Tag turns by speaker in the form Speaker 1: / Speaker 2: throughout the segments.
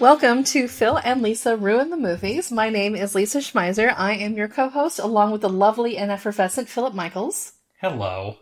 Speaker 1: Welcome to Phil and Lisa Ruin the Movies. My name is Lisa Schmeiser. I am your co host, along with the lovely and effervescent Philip Michaels.
Speaker 2: Hello.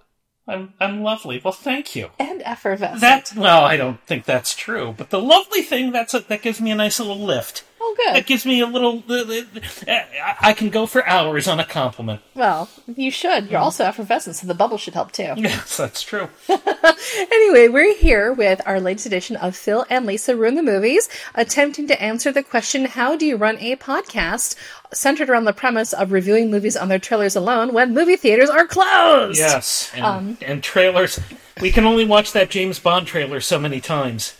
Speaker 2: I'm I'm lovely. Well, thank you.
Speaker 1: And effervescent.
Speaker 2: That well, I don't think that's true, but the lovely thing that's a, that gives me a nice little lift.
Speaker 1: oh,
Speaker 2: That
Speaker 1: good.
Speaker 2: gives me a little. I eh, I- I can go for hours on a compliment.
Speaker 1: Well, you should. You're also effervescent, so the bubble should help too.
Speaker 2: Yes, that's true.
Speaker 1: Anyway, we're here with our latest edition of Phil and Lisa Ruin the Movies, attempting to answer the question how do you run a podcast centered around the premise of reviewing movies on their trailers alone when movie theaters are closed?
Speaker 2: Yes, and, and trailers. We can only watch that James Bond trailer so many times.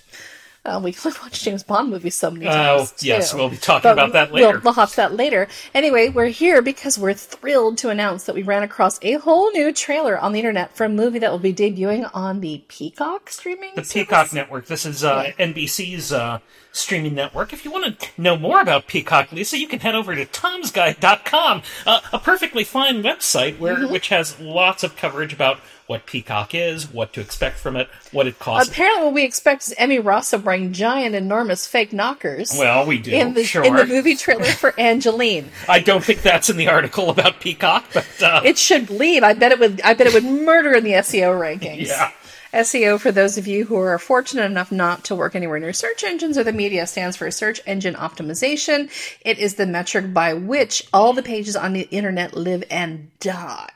Speaker 1: Uh, we could watch James Bond movies so many
Speaker 2: Oh,
Speaker 1: times.
Speaker 2: yes,
Speaker 1: too.
Speaker 2: we'll be talking about that
Speaker 1: we'll-
Speaker 2: later.
Speaker 1: We'll, hop to that later. Anyway, we're here because we're thrilled to announce that we ran across a whole new trailer on the internet for a movie that will be debuting on the Peacock streaming.
Speaker 2: The
Speaker 1: service?
Speaker 2: Peacock Network. This is uh, NBC's uh, streaming network. If you want to know more about Peacock, Lisa, you can head over to tomsguide.com, uh, a perfectly fine website where
Speaker 1: Mm-hmm.
Speaker 2: which has lots of coverage about what Peacock is, what to expect from it, what it costs.
Speaker 1: Apparently, what we expect is Emmy Rossa wearing giant, enormous fake knockers.
Speaker 2: well, we do,
Speaker 1: in the
Speaker 2: sure.
Speaker 1: in the movie trailer for Angeline,
Speaker 2: I don't think that's in the article about Peacock, but uh,
Speaker 1: it should bleed. I bet it would. I bet it would murder in the SEO rankings.
Speaker 2: yeah.
Speaker 1: SEO, for those of you who are fortunate enough not to work anywhere near search engines or the media, stands for Search Engine Optimization. It is the metric by which all the pages on the internet live and die.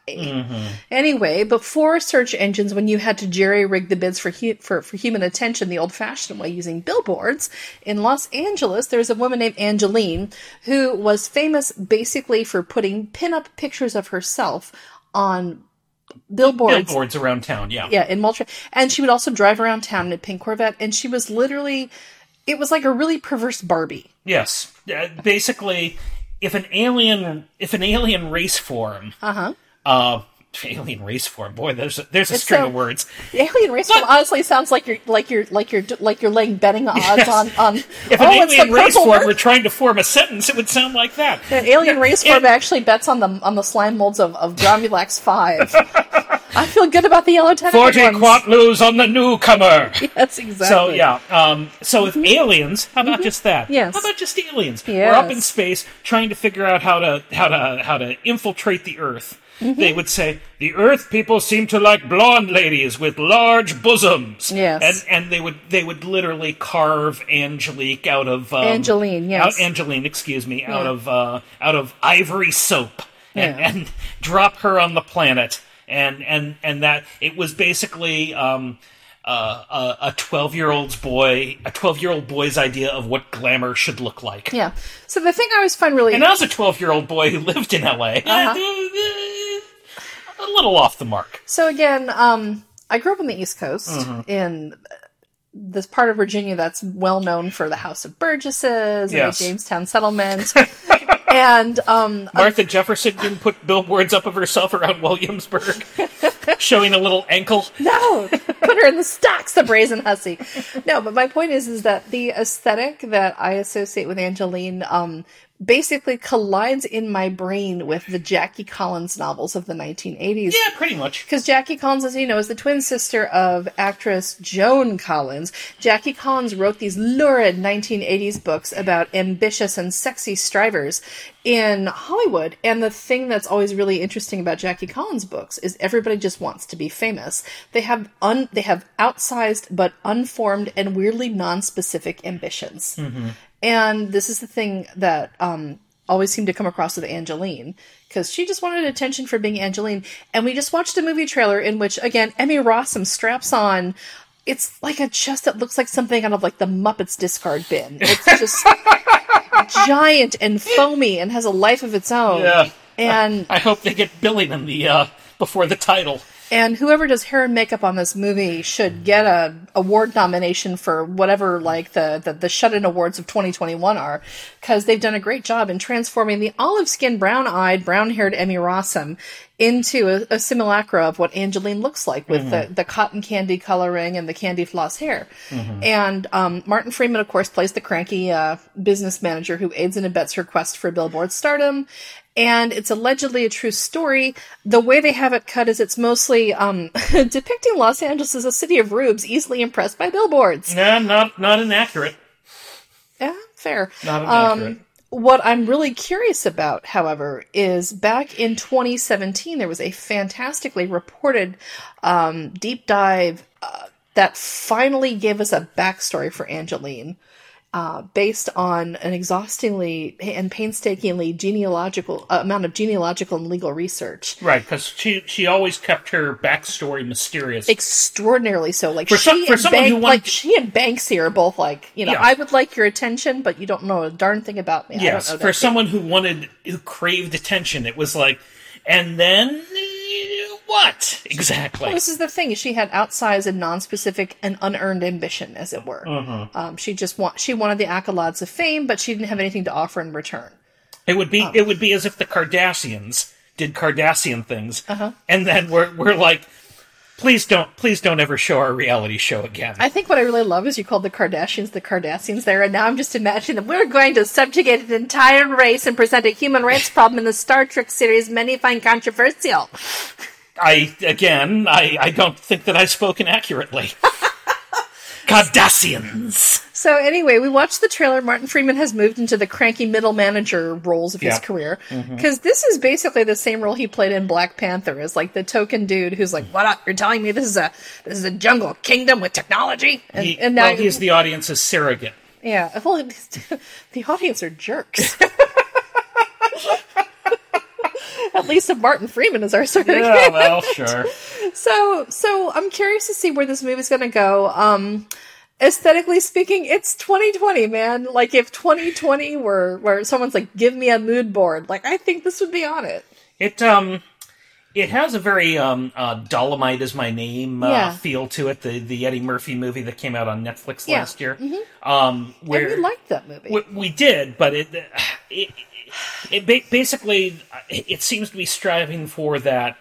Speaker 1: Anyway, before search engines, when you had to jerry rig the bids for, hu- for, for human attention the old fashioned way using billboards, in Los Angeles, there's a woman named Angeline who was famous basically for putting pinup pictures of herself on billboards
Speaker 2: Billboards around town, yeah.
Speaker 1: yeah, in Moultrie. And she would also drive around town in a pink Corvette, and she was literally, it was like a really perverse Barbie.
Speaker 2: Yes. Uh, basically, if an alien if an alien race form,
Speaker 1: Uh-huh.
Speaker 2: uh, alien race form, boy, there's a, there's a
Speaker 1: It's
Speaker 2: string
Speaker 1: so-
Speaker 2: of words.
Speaker 1: The alien race form honestly sounds like you're like you're like you're like you're laying betting odds on on.
Speaker 2: If
Speaker 1: oh,
Speaker 2: an
Speaker 1: it's the
Speaker 2: alien race
Speaker 1: purple
Speaker 2: form
Speaker 1: bird.
Speaker 2: were trying to form a sentence, it would sound like that.
Speaker 1: An alien race form actually bets on the on the slime molds of of Dromulax Five. I feel good about the yellow tentacle
Speaker 2: Forty
Speaker 1: ones.
Speaker 2: quant lose on the newcomer.
Speaker 1: That's exactly. Mm-hmm.
Speaker 2: So yeah, um, so if aliens, how about just that?
Speaker 1: Yes.
Speaker 2: How about just aliens?
Speaker 1: Yes.
Speaker 2: We're up in space trying to figure out how to how to how to infiltrate the Earth.
Speaker 1: Mm-hmm.
Speaker 2: They would say the Earth people seem to like blonde ladies with large bosoms.
Speaker 1: Yes.
Speaker 2: and and they would they would literally carve Angelique out of um,
Speaker 1: Angeline, yes.
Speaker 2: out, Angeline, excuse me, out
Speaker 1: Yeah.
Speaker 2: of uh, out of ivory soap, and,
Speaker 1: Yeah.
Speaker 2: and drop her on the planet, and and and that it was basically um, uh, a twelve year old's boy, a twelve year old boy's idea of what glamour should look like.
Speaker 1: yeah. So the thing I always find really
Speaker 2: And I was a twelve year old boy who lived in L.A.
Speaker 1: Uh-huh.
Speaker 2: a little off the mark.
Speaker 1: So again, um, I grew up on the East Coast
Speaker 2: Mm-hmm.
Speaker 1: in this part of Virginia that's well known for the House of Burgesses and
Speaker 2: Yes.
Speaker 1: the Jamestown settlement. and um,
Speaker 2: Martha Jefferson didn't put billboards up of herself around Williamsburg, showing a little ankle.
Speaker 1: no, put her in the stocks, the brazen hussy. No, but my point is, is that the aesthetic that I associate with Angeline, um, basically collides in my brain with the Jackie Collins novels of the 1980s.
Speaker 2: Yeah, pretty much.
Speaker 1: because Jackie Collins, as you know, is the twin sister of actress Joan Collins. Jackie Collins wrote these lurid 1980s books about ambitious and sexy strivers in Hollywood. And the thing that's always really interesting about Jackie Collins books is everybody just wants to be famous. They have un- they have outsized but unformed and weirdly non-specific ambitions. And this is the thing that um, always seemed to come across with Angeline, because she just wanted attention for being Angeline. And we just watched a movie trailer in which, again, Emmy Rossum straps on. It's like a chest that looks like something out of like the Muppets discard bin. It's just giant and foamy and has a life of its own.
Speaker 2: Yeah.
Speaker 1: And
Speaker 2: I hope they get billing in the uh, before the title.
Speaker 1: and whoever does hair and makeup on this movie should get a award nomination for whatever like the the, the shut in awards of 2021 are because they've done a great job in transforming the olive skinned brown eyed brown haired emmy rossum into a, a simulacra of what angeline looks like with the, the cotton candy coloring and the candy floss hair and um, martin freeman of course plays the cranky uh, business manager who aids and abets her quest for billboard stardom and it's allegedly a true story. The way they have it cut is it's mostly um, depicting Los Angeles as a city of rubes easily impressed by billboards.
Speaker 2: No, not not inaccurate.
Speaker 1: Ah, fair.
Speaker 2: Not inaccurate.
Speaker 1: Um, what I'm really curious about, however, is back in 2017, there was a fantastically reported um, deep dive uh, that finally gave us a backstory for Angeline. Uh, based on an exhaustingly and painstakingly genealogical uh, amount of genealogical and legal research,
Speaker 2: Right, because she she always kept her backstory mysterious.
Speaker 1: extraordinarily so. Like
Speaker 2: For
Speaker 1: she
Speaker 2: some- for
Speaker 1: and
Speaker 2: someone who
Speaker 1: Bank-
Speaker 2: wanted
Speaker 1: like
Speaker 2: to-
Speaker 1: she and Banksy are both like, you know,
Speaker 2: Yeah.
Speaker 1: I would like your attention, but you don't know a darn thing about me. I don't
Speaker 2: yes,
Speaker 1: know
Speaker 2: for
Speaker 1: that-
Speaker 2: someone who wanted who craved attention, it was like, and then eh, what exactly?
Speaker 1: Well, this is the thing. She had outsized and non-specific and unearned ambition, as it were.
Speaker 2: Uh-huh.
Speaker 1: Um, she just want she wanted the accolades of fame, but she didn't have anything to offer in return.
Speaker 2: It would be
Speaker 1: um
Speaker 2: it would be as if the Cardassians did Cardassian things,
Speaker 1: Uh-huh.
Speaker 2: and then we're we're like, please don't please don't ever show our reality show again.
Speaker 1: I think what I really love is you called the Kardashians the Kardashians there, and now I'm just imagining them. We're going to subjugate an entire race and present a human rights problem in the Star Trek series many find controversial.
Speaker 2: I again I I don't think that I've spoken accurately. Cardassians.
Speaker 1: So anyway, we watched the trailer. Martin Freeman has moved into the cranky middle manager roles of his
Speaker 2: Yeah. Mm-hmm.
Speaker 1: career because this is basically the same role he played in Black Panther as like the token dude who's like, "What up? You're telling me this is a this is a jungle kingdom with technology?" And,
Speaker 2: He,
Speaker 1: and now,
Speaker 2: well, he's the audience's surrogate.
Speaker 1: yeah, well, the audience are jerks. At least if Martin Freeman is our surrogate.
Speaker 2: Yeah, well, sure.
Speaker 1: So, so I'm curious to see where this movie's going to go. Um, aesthetically speaking, it's 2020, man. Like if 2020 were where someone's like, "Give me a mood board," like I think this would be on it.
Speaker 2: It um it has a very um uh, Dolomite is my name uh,
Speaker 1: Yeah.
Speaker 2: feel to it. The the Eddie Murphy movie that came out on Netflix
Speaker 1: Yeah. Mm-hmm.
Speaker 2: last year. Um, where
Speaker 1: And we liked that movie.
Speaker 2: we, we did, but it it, it ba- basically it seems to be striving for that.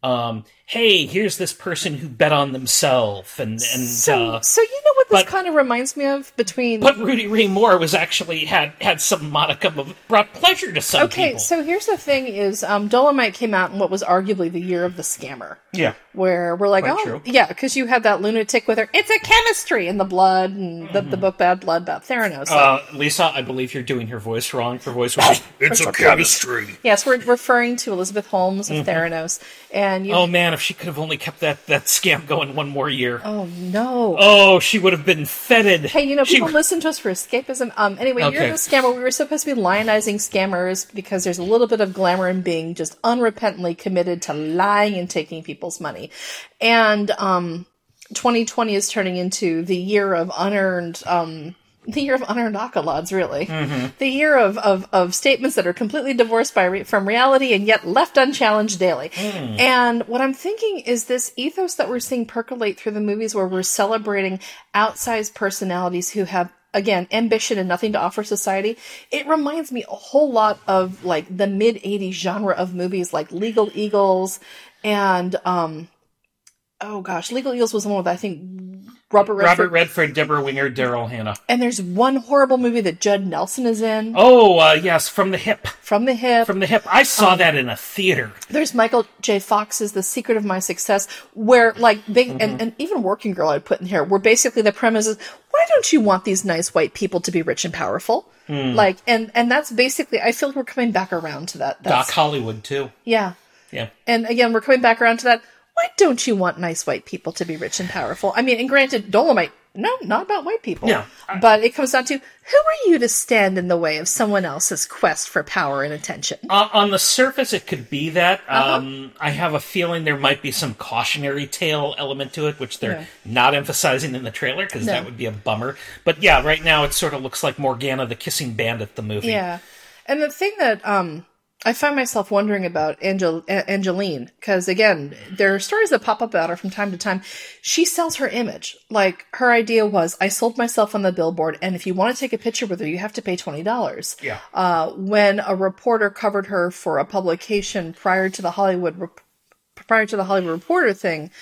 Speaker 2: Um, hey, here's this person who bet on themselves, and and
Speaker 1: so,
Speaker 2: uh,
Speaker 1: so you know what this
Speaker 2: but-
Speaker 1: kind of reminds me of between.
Speaker 2: but Rudy Ray Moore was actually had had some modicum of brought pleasure to some
Speaker 1: okay,
Speaker 2: people.
Speaker 1: so here's the thing: is um, Dolomite came out in what was arguably the year of the scammer.
Speaker 2: yeah,
Speaker 1: where we're like,
Speaker 2: Quite
Speaker 1: oh,
Speaker 2: true.
Speaker 1: yeah, because you had that lunatic with her. It's a chemistry in the blood and the,
Speaker 2: Mm-hmm.
Speaker 1: the book Bad Blood about Theranos. Like,
Speaker 2: uh, Lisa, I believe you're doing her voice wrong. Her voice was Oh, it's a chemistry.
Speaker 1: yes, we're referring to Elizabeth Holmes of Theranos, and you.
Speaker 2: Mm-hmm. Oh
Speaker 1: Oh.
Speaker 2: man, if she could have only kept that that scam going one more year. Oh,
Speaker 1: no!
Speaker 2: she would have been feted.
Speaker 1: Hey, you know
Speaker 2: She-
Speaker 1: people listen to us for escapism. Um, anyway,
Speaker 2: Okay.
Speaker 1: you're the scammer. We were supposed to be lionizing scammers because there's a little bit of glamour in being just unrepentantly committed to lying and taking people's money, and um, 2020 is turning into the year of unearned um the year of unearned accolades really
Speaker 2: Mm-hmm.
Speaker 1: the year of, of of statements that are completely divorced by re- from reality and yet left unchallenged daily
Speaker 2: Hmm.
Speaker 1: and what i'm thinking is this ethos that we're seeing percolate through the movies where we're celebrating outsized personalities who have again ambition and nothing to offer society it reminds me a whole lot of like the mid 80s genre of movies like legal eagles and um oh gosh, Legal Eagles was the one with I think Robert Redford.
Speaker 2: Robert Redford, Deborah Winger, Daryl Hannah.
Speaker 1: and there's one horrible movie that Judd Nelson is in
Speaker 2: Oh uh, yes, from the hip,
Speaker 1: from the hip.
Speaker 2: from the hip. I
Speaker 1: Oh.
Speaker 2: saw that in a theater.
Speaker 1: there's Michael J. Fox's The Secret of My Success, where like they
Speaker 2: Mm-hmm.
Speaker 1: and, and even Working Girl I'd put in here, where basically the premise is why don't you want these nice white people to be rich and powerful?
Speaker 2: Hmm.
Speaker 1: Like and and that's basically I feel like we're coming back around to that. That's,
Speaker 2: Doc Hollywood too.
Speaker 1: Yeah.
Speaker 2: Yeah,
Speaker 1: And again, we're coming back around to that. Why don't you want nice white people to be rich and powerful? I mean, and granted, Dolomite, no, not about white people.
Speaker 2: No.
Speaker 1: But it comes down to who are you to stand in the way of someone else's quest for power and attention?
Speaker 2: uh, on the surface it could be that.
Speaker 1: Uh-huh.
Speaker 2: Um, I have a feeling there might be some cautionary tale element to it, which they're
Speaker 1: Yeah.
Speaker 2: not emphasizing in the trailer because
Speaker 1: No.
Speaker 2: that would be a bummer. But yeah, right now it sort of looks like Morgana the Kissing Bandit, the movie.
Speaker 1: Yeah. And the thing that um I find myself wondering about Angel- A- Angeline because again, there are stories that pop up about her from time to time. She sells her image. Like her idea was, I sold myself on the billboard, and if you want to take a picture with her, you have to pay twenty dollars.
Speaker 2: Yeah.
Speaker 1: Uh, when a reporter covered her for a publication prior to the Hollywood Rep- prior to the Hollywood Reporter thing,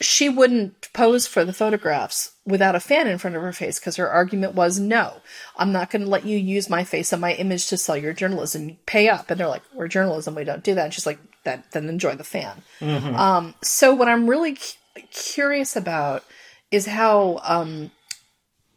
Speaker 1: she wouldn't pose for the photographs without a fan in front of her face because her argument was no, I'm not going to let you use my face and my image to sell your journalism. Pay up. And they're like, we're journalism. We don't do that. And she's like, that, then enjoy the fan. Um, so what I'm really cu- curious about is how, um,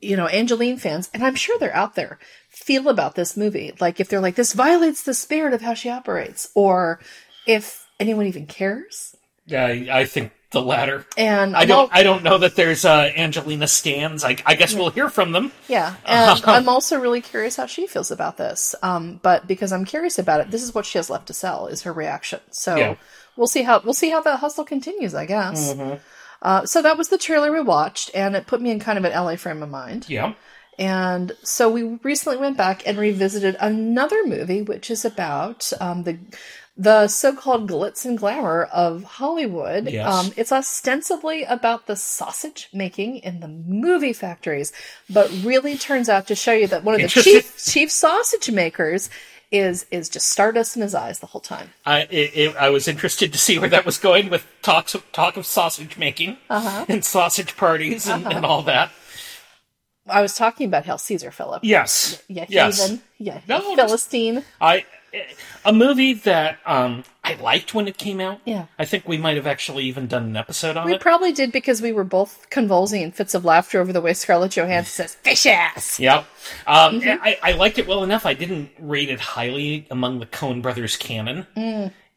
Speaker 1: you know, Angeline fans, and I'm sure they're out there, feel about this movie. Like if they're like, this violates the spirit of how she operates, or if anyone even cares.
Speaker 2: I, I think the latter.
Speaker 1: And
Speaker 2: I
Speaker 1: I'm
Speaker 2: don't.
Speaker 1: al-
Speaker 2: I don't know that there's uh, Angelina stands. I, I guess we'll hear from them.
Speaker 1: yeah, and I'm also really curious how she feels about this. Um, but because I'm curious about it, this is what she has left to sell is her reaction. So
Speaker 2: Yeah. Mm-hmm.
Speaker 1: we'll see how we'll see how that hustle continues. I guess. Uh, so that was the trailer we watched, and it put me in kind of an LA frame of mind.
Speaker 2: Yeah.
Speaker 1: And so we recently went back and revisited another movie, which is about um, the the so-called glitz and glamour of Hollywood.
Speaker 2: Yes.
Speaker 1: Um, it's ostensibly about the sausage making in the movie factories, but really turns out to show you that one of the
Speaker 2: Interesting.
Speaker 1: chief chief sausage makers is is just stardust in his eyes the whole time.
Speaker 2: I it, it, I was interested to see where that was going with talks of, talk of sausage making
Speaker 1: Uh-huh.
Speaker 2: and sausage parties and, and all that.
Speaker 1: I was talking about Hail Caesar, Philip.
Speaker 2: Yes.
Speaker 1: Yeah,
Speaker 2: yes.
Speaker 1: heathen. Yeah,
Speaker 2: No,
Speaker 1: you
Speaker 2: just-
Speaker 1: Philistine.
Speaker 2: I a movie that um I liked when it came out.
Speaker 1: Yeah.
Speaker 2: I think we might have actually even done an episode on
Speaker 1: We
Speaker 2: it.
Speaker 1: probably did because we were both convulsing in fits of laughter over the way Scarlett Johansson says "fish ass."
Speaker 2: Yep. Um,
Speaker 1: Mm-hmm.
Speaker 2: I, I liked it well enough. I didn't rate it highly among the Coen Brothers canon.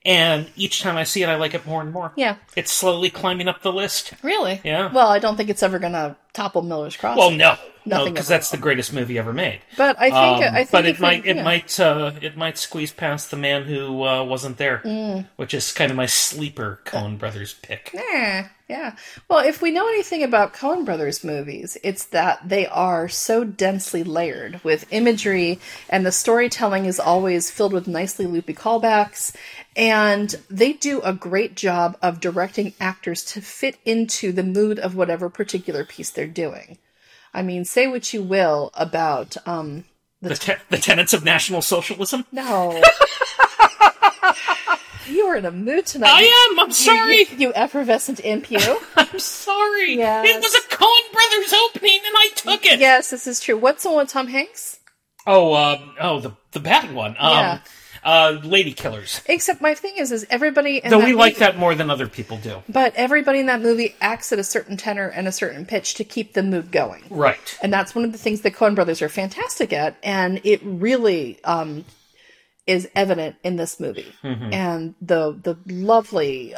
Speaker 2: And each time I see it, I like it more and more.
Speaker 1: Mm. Yeah,
Speaker 2: It's slowly climbing up the list.
Speaker 1: really.
Speaker 2: Yeah.
Speaker 1: Well, I don't think it's ever gonna topple Miller's Crossing.
Speaker 2: Well, no, no,
Speaker 1: Nothing
Speaker 2: because
Speaker 1: ever
Speaker 2: that's the greatest movie ever made.
Speaker 1: but I think
Speaker 2: Um,
Speaker 1: I think
Speaker 2: but it
Speaker 1: if we-
Speaker 2: might, it
Speaker 1: yeah.
Speaker 2: might, uh, it might squeeze past the man who uh, wasn't there,
Speaker 1: Mm.
Speaker 2: which is kind of my sleeper Coen Brothers pick.
Speaker 1: Eh, yeah. Well, if we know anything about Coen Brothers movies, it's that they are so densely layered with imagery, and the storytelling is always filled with nicely loopy callbacks. And they do a great job of directing actors to fit into the mood of whatever particular piece they're doing. I mean, say what you will about um,
Speaker 2: The, te- the tenets of National Socialism.
Speaker 1: no. you were in a mood tonight.
Speaker 2: I am. I'm sorry.
Speaker 1: You, you effervescent impu.
Speaker 2: I'm sorry.
Speaker 1: Yes.
Speaker 2: It was a Coen Brothers opening, and I took it.
Speaker 1: Yes, this is true. What's the one with Tom Hanks?
Speaker 2: Oh, um, oh, the the bad one. Um,
Speaker 1: Yeah.
Speaker 2: uh, Lady Killers.
Speaker 1: Except my thing is, is everybody in
Speaker 2: Though
Speaker 1: that
Speaker 2: we like
Speaker 1: movie-
Speaker 2: that more than other people do.
Speaker 1: but everybody in that movie acts at a certain tenor and a certain pitch to keep the mood going.
Speaker 2: Right.
Speaker 1: And that's one of the things the Coen brothers are fantastic at, and it really um, is evident in this movie.
Speaker 2: Mm-hmm.
Speaker 1: And the the lovely,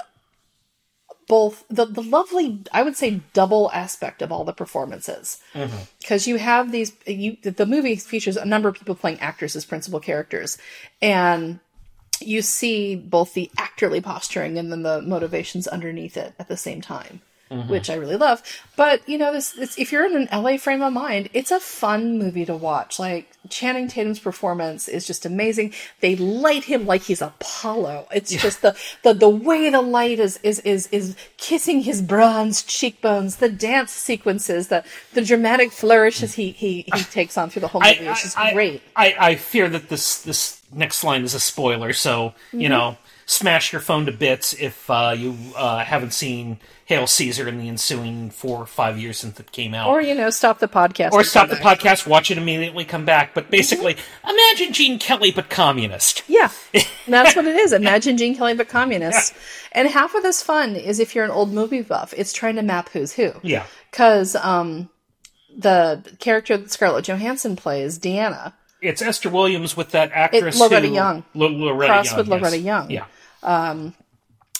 Speaker 1: both the the lovely, I would say, double aspect of all the performances,
Speaker 2: Mm-hmm.
Speaker 1: because you have these. You the- the movie features a number of people playing actors as principal characters, and you see both the actorly posturing and then the motivations underneath it at the same time
Speaker 2: Mm-hmm.
Speaker 1: which i really love but you know this it's, if you're in an la frame of mind it's a fun movie to watch like channing tatum's performance is just amazing they light him like he's apollo it's just the, the the way the light is is is is kissing his bronze cheekbones the dance sequences the the dramatic flourishes he he, he takes on through the whole
Speaker 2: I,
Speaker 1: movie which is
Speaker 2: I- I-
Speaker 1: great
Speaker 2: I, I fear that this this next line is a spoiler, so
Speaker 1: Mm-hmm.
Speaker 2: you know, smash your phone to bits if uh, you uh, haven't seen Hail Caesar in the ensuing four or five years since it came out.
Speaker 1: or you know stop the podcast
Speaker 2: Or
Speaker 1: and
Speaker 2: stop
Speaker 1: come
Speaker 2: the
Speaker 1: back.
Speaker 2: podcast, watch it immediately, come back. But basically,
Speaker 1: Mm-hmm.
Speaker 2: imagine Gene Kelly but communist.
Speaker 1: Yeah, that's what it is. Imagine Gene Kelly but communists. And half of this fun is if you're an old movie buff, it's trying to map who's who.
Speaker 2: Yeah.
Speaker 1: Because um, the character that Scarlett Johansson plays, Deanna,
Speaker 2: It's Esther Williams with that actress
Speaker 1: Loretta
Speaker 2: who,
Speaker 1: Young.
Speaker 2: Lo- Loretta
Speaker 1: Crossed
Speaker 2: Young,
Speaker 1: with Loretta
Speaker 2: yes.
Speaker 1: Young.
Speaker 2: Yeah.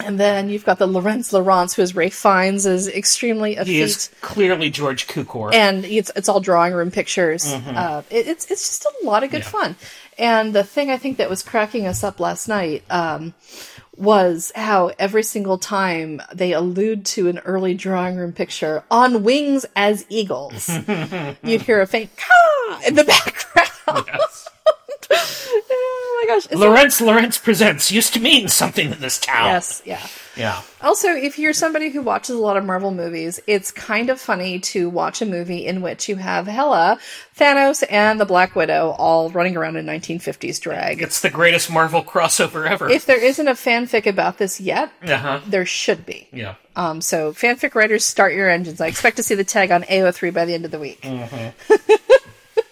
Speaker 1: and then you've got the Lorenz Laurence, who is Ray Fiennes, is extremely
Speaker 2: He
Speaker 1: effete.
Speaker 2: is clearly George Cukor.
Speaker 1: and it's it's all drawing room pictures. Uh, it, it's it's just a lot of good fun. And the thing I think that was cracking us up last night um, was how every single time they allude to an early drawing room picture on wings as eagles, you'd hear a faint "caw" in the background.
Speaker 2: Yes.
Speaker 1: oh my gosh! It's-
Speaker 2: Lawrence Lawrence presents used to mean something in this town.
Speaker 1: yes, yeah.
Speaker 2: Yeah.
Speaker 1: Also, if you're somebody who watches a lot of Marvel movies, it's kind of funny to watch a movie in which you have Hela, Thanos, and the Black Widow all running around in 1950s drag.
Speaker 2: It's the greatest Marvel crossover ever.
Speaker 1: If there isn't a fanfic about this yet,
Speaker 2: uh-huh.
Speaker 1: there should be.
Speaker 2: Yeah.
Speaker 1: Um, so, fanfic writers, start your engines. I expect to see the tag on AO3 by the end of the week. so,
Speaker 2: With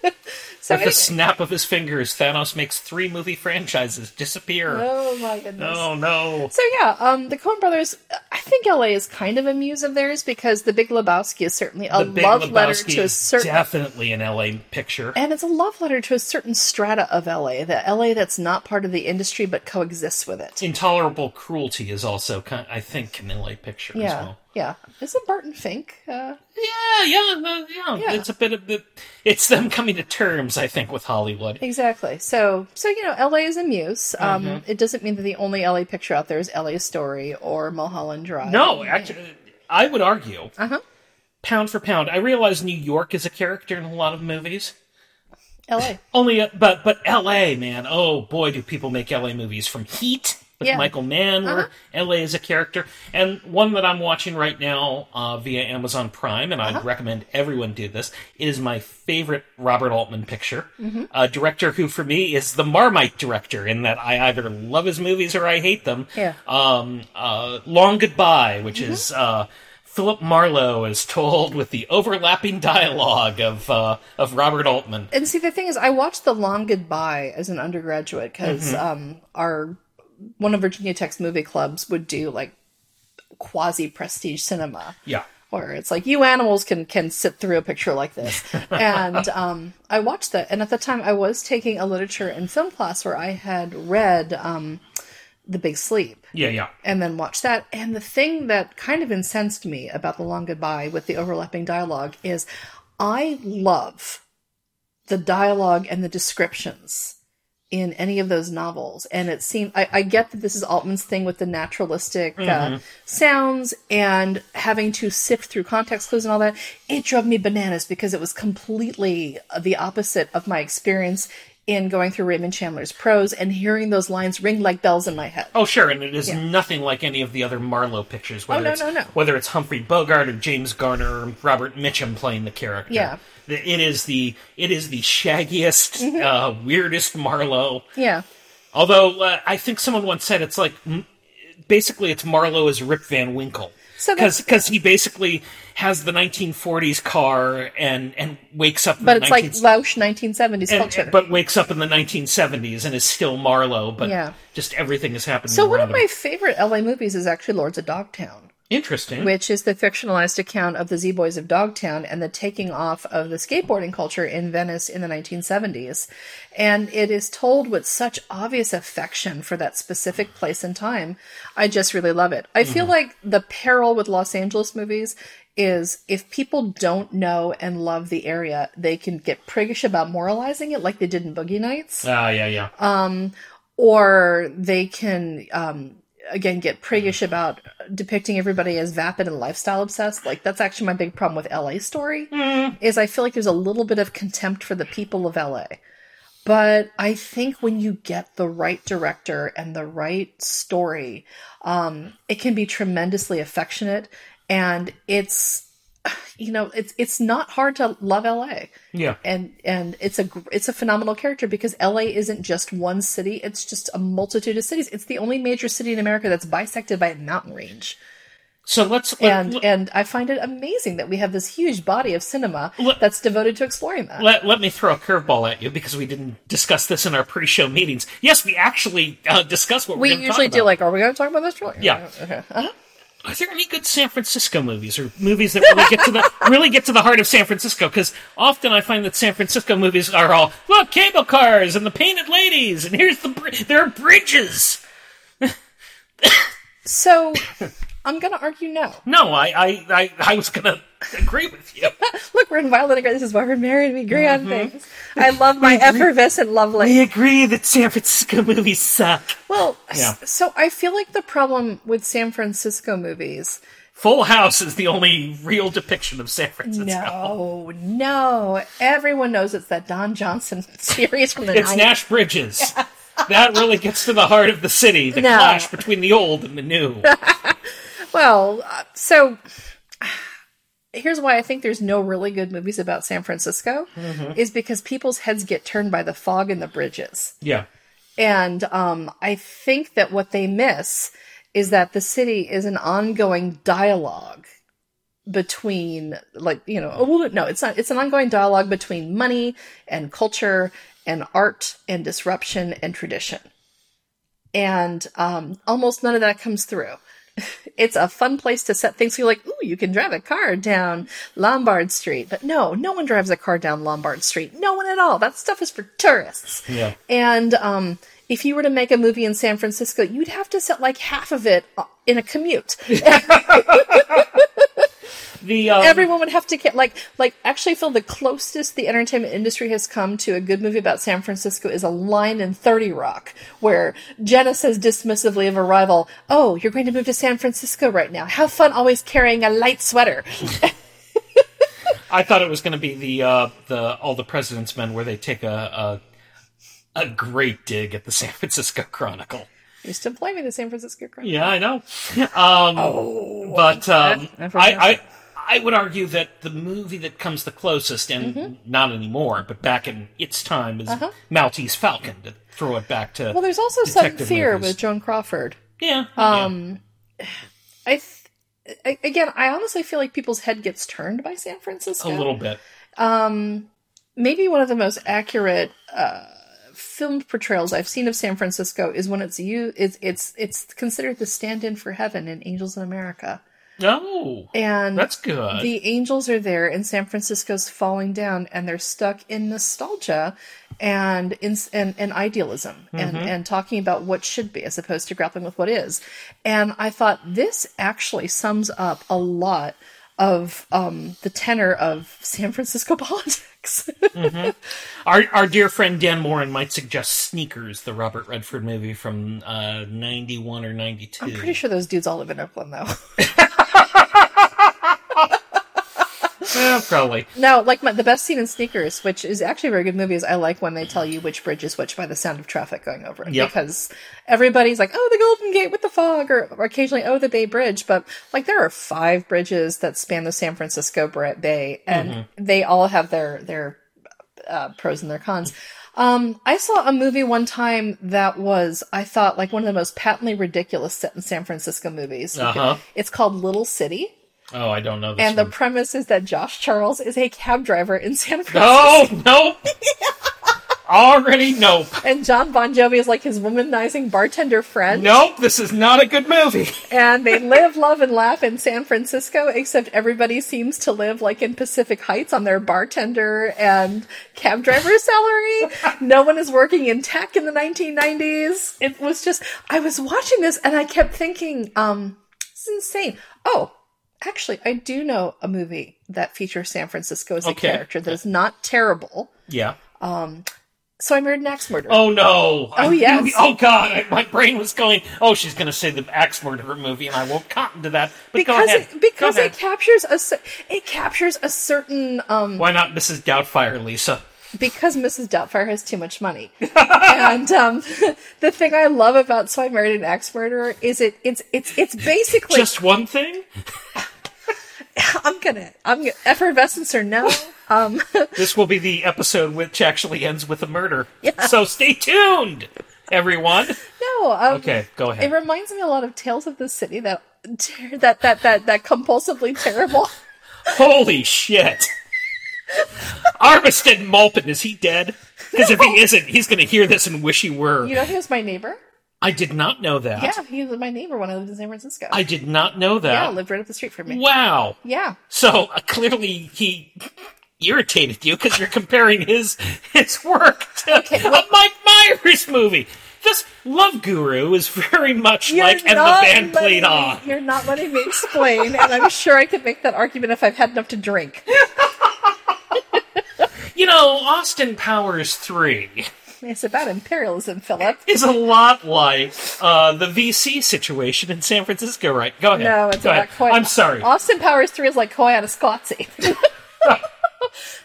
Speaker 2: Mm-hmm. the
Speaker 1: anyway.
Speaker 2: snap of his fingers, Thanos makes three movie franchises disappear.
Speaker 1: oh my goodness.
Speaker 2: Oh no.
Speaker 1: So yeah, um, the Coen Brothers. I think LA is kind of a muse of theirs because the Big Lebowski is certainly a love letter to a
Speaker 2: is
Speaker 1: certain
Speaker 2: definitely an LA picture.
Speaker 1: and it's a love letter to a certain strata of LA, the LA that's not part of the industry but coexists with it.
Speaker 2: Intolerable cruelty is also, kind I think, an LA picture as
Speaker 1: Yeah,
Speaker 2: well.
Speaker 1: yeah. Isn't Barton Fink? Uh,
Speaker 2: Yeah, yeah, uh, yeah,
Speaker 1: Yeah.
Speaker 2: It's a bit of the. It's them coming to terms, I think, with Hollywood.
Speaker 1: exactly. So, so you know, LA is a muse. Um,
Speaker 2: Mm-hmm.
Speaker 1: It doesn't mean that the only LA picture out there is LA Story or Mulholland Drive.
Speaker 2: No, actually, I would argue,
Speaker 1: Uh-huh.
Speaker 2: pound for pound. I realize New York is a character in a lot of movies.
Speaker 1: LA.
Speaker 2: Only, uh, but but L.A. man, oh boy, do people make L.A. movies from Heat with
Speaker 1: Yeah. Uh-huh.
Speaker 2: Michael Mann, where L.A. is a character, and one that I'm watching right now uh, via Amazon Prime, and
Speaker 1: Uh-huh.
Speaker 2: I'd recommend everyone do this. It is my favorite Robert Altman picture,
Speaker 1: Mm-hmm.
Speaker 2: a director who, for me, is the Marmite director, in that I either love his movies or I hate them.
Speaker 1: Yeah. Mm-hmm.
Speaker 2: Um, uh, Long Goodbye, which is. Uh, Philip Marlowe is told with the overlapping dialogue of uh, of Robert Altman.
Speaker 1: And see, the thing is, I watched The Long Goodbye as an undergraduate because um, our one of Virginia Tech's movie clubs would do like quasi prestige cinema.
Speaker 2: Yeah.
Speaker 1: where it's like you animals can can sit through a picture like this and um, i watched that and at the time i was taking a literature and film class where i had read um, the big sleep
Speaker 2: Yeah, yeah.
Speaker 1: and then watched that and the thing that kind of incensed me about the long goodbye with the overlapping dialogue is i love the dialogue and the descriptions in any of those novels and it seemed i, I get that this is altman's thing with the naturalistic uh, sounds and having to sift through context clues and all that it drove me bananas because it was completely the opposite of my experience in going through raymond chandler's prose and hearing those lines ring like bells in my head
Speaker 2: Oh, sure, and it is nothing like any of the other Marlowe pictures. Whether
Speaker 1: Oh, no,
Speaker 2: it's,
Speaker 1: no, no.
Speaker 2: Whether it's Humphrey Bogart or James Garner or Robert Mitchum playing the character.
Speaker 1: Yeah.
Speaker 2: The- It is the it is the shaggiest,
Speaker 1: Mm-hmm.
Speaker 2: uh, weirdest Marlowe.
Speaker 1: yeah
Speaker 2: Although uh, I think someone once said it's like mm, basically it's Marlowe as Rip Van Winkle.
Speaker 1: So that's-
Speaker 2: because he basically has the 1940s car and and wakes up. in
Speaker 1: But
Speaker 2: the
Speaker 1: it's like
Speaker 2: 1970s
Speaker 1: Lausch 1970s
Speaker 2: and,
Speaker 1: culture.
Speaker 2: but wakes up in the 1970s and is still Marlowe, but
Speaker 1: Yeah.
Speaker 2: just everything is happening.
Speaker 1: so one
Speaker 2: around
Speaker 1: of
Speaker 2: him.
Speaker 1: my favorite LA movies is actually Lords of Dogtown,
Speaker 2: Interesting.
Speaker 1: which is the fictionalized account of the Z Boys of Dogtown and the taking off of the skateboarding culture in Venice in the 1970s. And it is told with such obvious affection for that specific place and time. I just really love it. I
Speaker 2: Mm-hmm.
Speaker 1: feel like the peril with Los Angeles movies is if people don't know and love the area, they can get priggish about moralizing it like they did in Boogie Nights.
Speaker 2: Ah, yeah, yeah.
Speaker 1: or they can um, again get priggish about depicting everybody as vapid and lifestyle obsessed like that's actually my big problem with la story is i feel like there's a little bit of contempt for the people of la but i think when you get the right director and the right story um, it can be tremendously affectionate and it's you know it's it's not hard to love la
Speaker 2: yeah.
Speaker 1: and and it's a gr- it's a phenomenal character because LA isn't just one city; it's just a multitude of cities. It's the only major city in America that's bisected by a mountain range,
Speaker 2: So let's let,
Speaker 1: and
Speaker 2: let,
Speaker 1: and I find it amazing that we have this huge body of cinema
Speaker 2: Let-
Speaker 1: that's devoted to exploring that.
Speaker 2: let, let me throw a curveball at you because we didn't discuss this in our pre-show meetings. Yes, we actually uh, discuss what
Speaker 1: we
Speaker 2: we're gonna
Speaker 1: usually
Speaker 2: talk
Speaker 1: do
Speaker 2: about.
Speaker 1: like, are we going to talk about this? Really?
Speaker 2: Yeah.
Speaker 1: Okay. Uh-huh.
Speaker 2: Are there any good San Francisco movies or movies that really get to the really get to the heart of San Francisco? Because often I find that San Francisco movies are all look cable cars and the painted ladies and here's the br- there are bridges.
Speaker 1: So I'm going to argue no.
Speaker 2: No, I I I, I was gonna agree with you.
Speaker 1: Look, we're in Violet and Grey. This is why we're married. We agree
Speaker 2: Mm-hmm.
Speaker 1: on things. I love my effervescent love life.
Speaker 2: I agree that San Francisco movies suck.
Speaker 1: Well, s-
Speaker 2: Yeah.
Speaker 1: so I feel like the problem with San Francisco movies
Speaker 2: Full House is the only real depiction of San Francisco.
Speaker 1: No, no. Everyone knows it's that Don Johnson series from the
Speaker 2: It's
Speaker 1: 90s.
Speaker 2: Nash Bridges. that really gets to the heart of the city, the
Speaker 1: No.
Speaker 2: clash between the old and the new.
Speaker 1: well, uh, so here's why I think there's no really good movies about San Francisco is because people's heads get turned by the fog and the bridges.
Speaker 2: yeah.
Speaker 1: And um, I think that what they miss is that the city is an ongoing dialogue between, like, you know, oh, well, no, it's not. It's an ongoing dialogue between money and culture and art and disruption and tradition. And um, almost none of that comes through. It's a fun place to set things. So you're like, ooh, you can drive a car down Lombard Street. But no, no one drives a car down Lombard Street. No one at all. That stuff is for tourists.
Speaker 2: Yeah.
Speaker 1: And um, if you were to make a movie in San Francisco, you'd have to set like half of it uh, in a commute.
Speaker 2: The um,
Speaker 1: Everyone would have to get like like actually Phil, the closest the entertainment industry has come to a good movie about San Francisco is a line in Thirty Rock where Jenna says dismissively of a rival, "Oh, you're going to move to San Francisco right now. Have fun always carrying a light sweater."
Speaker 2: I thought it was going to be the uh, the all the president's men where they take a, a a great dig at the San Francisco Chronicle.
Speaker 1: Used to play me the San Francisco crime.
Speaker 2: Yeah, I know. Um,
Speaker 1: Oh.
Speaker 2: but um,
Speaker 1: I- I
Speaker 2: I,
Speaker 1: forgot.
Speaker 2: I, I, would argue that the movie that comes the closest, and
Speaker 1: Mm-hmm.
Speaker 2: not anymore, but back in its time, is Maltese Falcon. To throw it back to
Speaker 1: Uh-huh. Well, there's also some
Speaker 2: Detective
Speaker 1: fear
Speaker 2: movies.
Speaker 1: with Joan Crawford.
Speaker 2: yeah, um,
Speaker 1: I, th- I again, I honestly feel like people's head gets turned by San Francisco.
Speaker 2: a little bit.
Speaker 1: maybe one of the most accurate uh, filmed portrayals I've seen of San Francisco is when it's you it's it's it's considered the stand-in for heaven in Angels in America,
Speaker 2: No,
Speaker 1: and
Speaker 2: Oh, that's good.
Speaker 1: the angels are there and San Francisco's falling down, and they're stuck in nostalgia and in, and, and idealism and
Speaker 2: Mm-hmm.
Speaker 1: and talking about what should be as opposed to grappling with what is. And I thought this actually sums up a lot of um, the tenor of San Francisco politics.
Speaker 2: our our dear friend Dan Morin might suggest Sneakers, the Robert Redford movie from uh, ninety one or ninety
Speaker 1: I'm pretty
Speaker 2: two.
Speaker 1: sure those dudes all live in Oakland, though.
Speaker 2: probably.
Speaker 1: no, like my, the best scene in Sneakers, which is actually a very good movie, is I like when they tell you which bridge is which by the sound of traffic going over it.
Speaker 2: Yep.
Speaker 1: Because everybody's like, oh, the Golden Gate with the fog, or, or occasionally, oh, the Bay Bridge. But like, there are five bridges that span the San Francisco Bre- Bay, and
Speaker 2: Mm-hmm.
Speaker 1: they all have their their uh, pros and their cons. Um, I saw a movie one time that was, I thought, like one of the most patently ridiculous set in San Francisco movies.
Speaker 2: Uh-huh.
Speaker 1: It's called Little City.
Speaker 2: Oh, I don't know this.
Speaker 1: And the
Speaker 2: one.
Speaker 1: premise is that Josh Charles is a cab driver in San Francisco.
Speaker 2: oh nope. Already nope.
Speaker 1: And John Bon Jovi is like his womanizing bartender friend.
Speaker 2: Nope, this is not a good movie.
Speaker 1: And they live, love, and laugh in San Francisco, except everybody seems to live like in Pacific Heights on their bartender and cab driver salary. no one is working in tech in the 1990s. It was just, I was watching this and I kept thinking, um, this is insane. Oh, actually, I do know a movie that features San Francisco as
Speaker 2: Okay.
Speaker 1: a character that is not terrible.
Speaker 2: Yeah.
Speaker 1: So I married an axe murderer.
Speaker 2: Oh no.
Speaker 1: Oh, yes.
Speaker 2: oh god, I, my brain was going. Oh, she's going to say the axe murderer movie, and I won't cotton to that. But go
Speaker 1: because
Speaker 2: ahead.
Speaker 1: it, because
Speaker 2: Go
Speaker 1: it
Speaker 2: ahead.
Speaker 1: captures a cer- it captures a certain um
Speaker 2: Why not Mrs. Doubtfire, Lisa?
Speaker 1: because Mrs. Doubtfire has too much money. and um the thing I love about So I Married an Axe Murderer is it it's it's it's basically
Speaker 2: Just one thing.
Speaker 1: I'm gonna I'm gonna effervescence or no. Um
Speaker 2: This will be the episode which actually ends with a murder. So stay tuned, everyone.
Speaker 1: no um,
Speaker 2: Okay, go ahead.
Speaker 1: It reminds me a lot of Tales of the City that ter- that that that that compulsively terrible
Speaker 2: Holy shit. Armistead Mulpin, is he dead? Because if he isn't, he's going to hear this and wish he were.
Speaker 1: you know he was my neighbor?
Speaker 2: I did not know that.
Speaker 1: Yeah, he was my neighbor when I lived in San Francisco.
Speaker 2: I did not know
Speaker 1: yeah,
Speaker 2: that.
Speaker 1: lived right up the street from me.
Speaker 2: wow.
Speaker 1: Yeah.
Speaker 2: So uh, clearly he irritated you because you're comparing his his work to a Mike Myers movie. This Love Guru is very much like and the
Speaker 1: not
Speaker 2: band played
Speaker 1: letting
Speaker 2: on.
Speaker 1: Me, you're not letting me explain, and I'm sure I could make that argument if I've had enough to drink.
Speaker 2: You know, Austin Powers three
Speaker 1: It's about imperialism, Philip.
Speaker 2: is a lot like uh, the VC situation in San Francisco, right? Go ahead.
Speaker 1: No, it's
Speaker 2: Go
Speaker 1: about
Speaker 2: ahead.
Speaker 1: Koi.
Speaker 2: I'm sorry.
Speaker 1: Austin Powers 3 is like Koi on a Scotsy.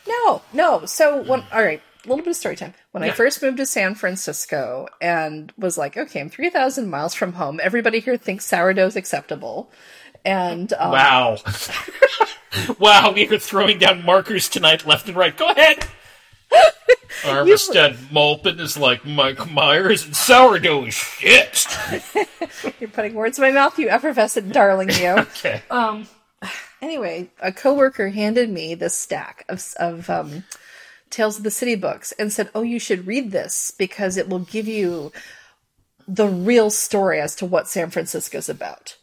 Speaker 1: no, no. So, when, all right, a little bit of story time. When I first moved to San Francisco and was like, okay, I'm 3,000 miles from home. Everybody here thinks sourdough's acceptable. And um,
Speaker 2: Wow. wow, we are throwing down markers tonight, left and right. Go ahead. Armistead Mulpin is like Mike Myers, and sourdough is shit.
Speaker 1: you're putting words in my mouth, you effervescent darling, you.
Speaker 2: Okay.
Speaker 1: Uh, anyway, a coworker handed me this stack of of um, Tales of the City books and said, "Oh, you should read this because it will give you the real story as to what San Francisco's about."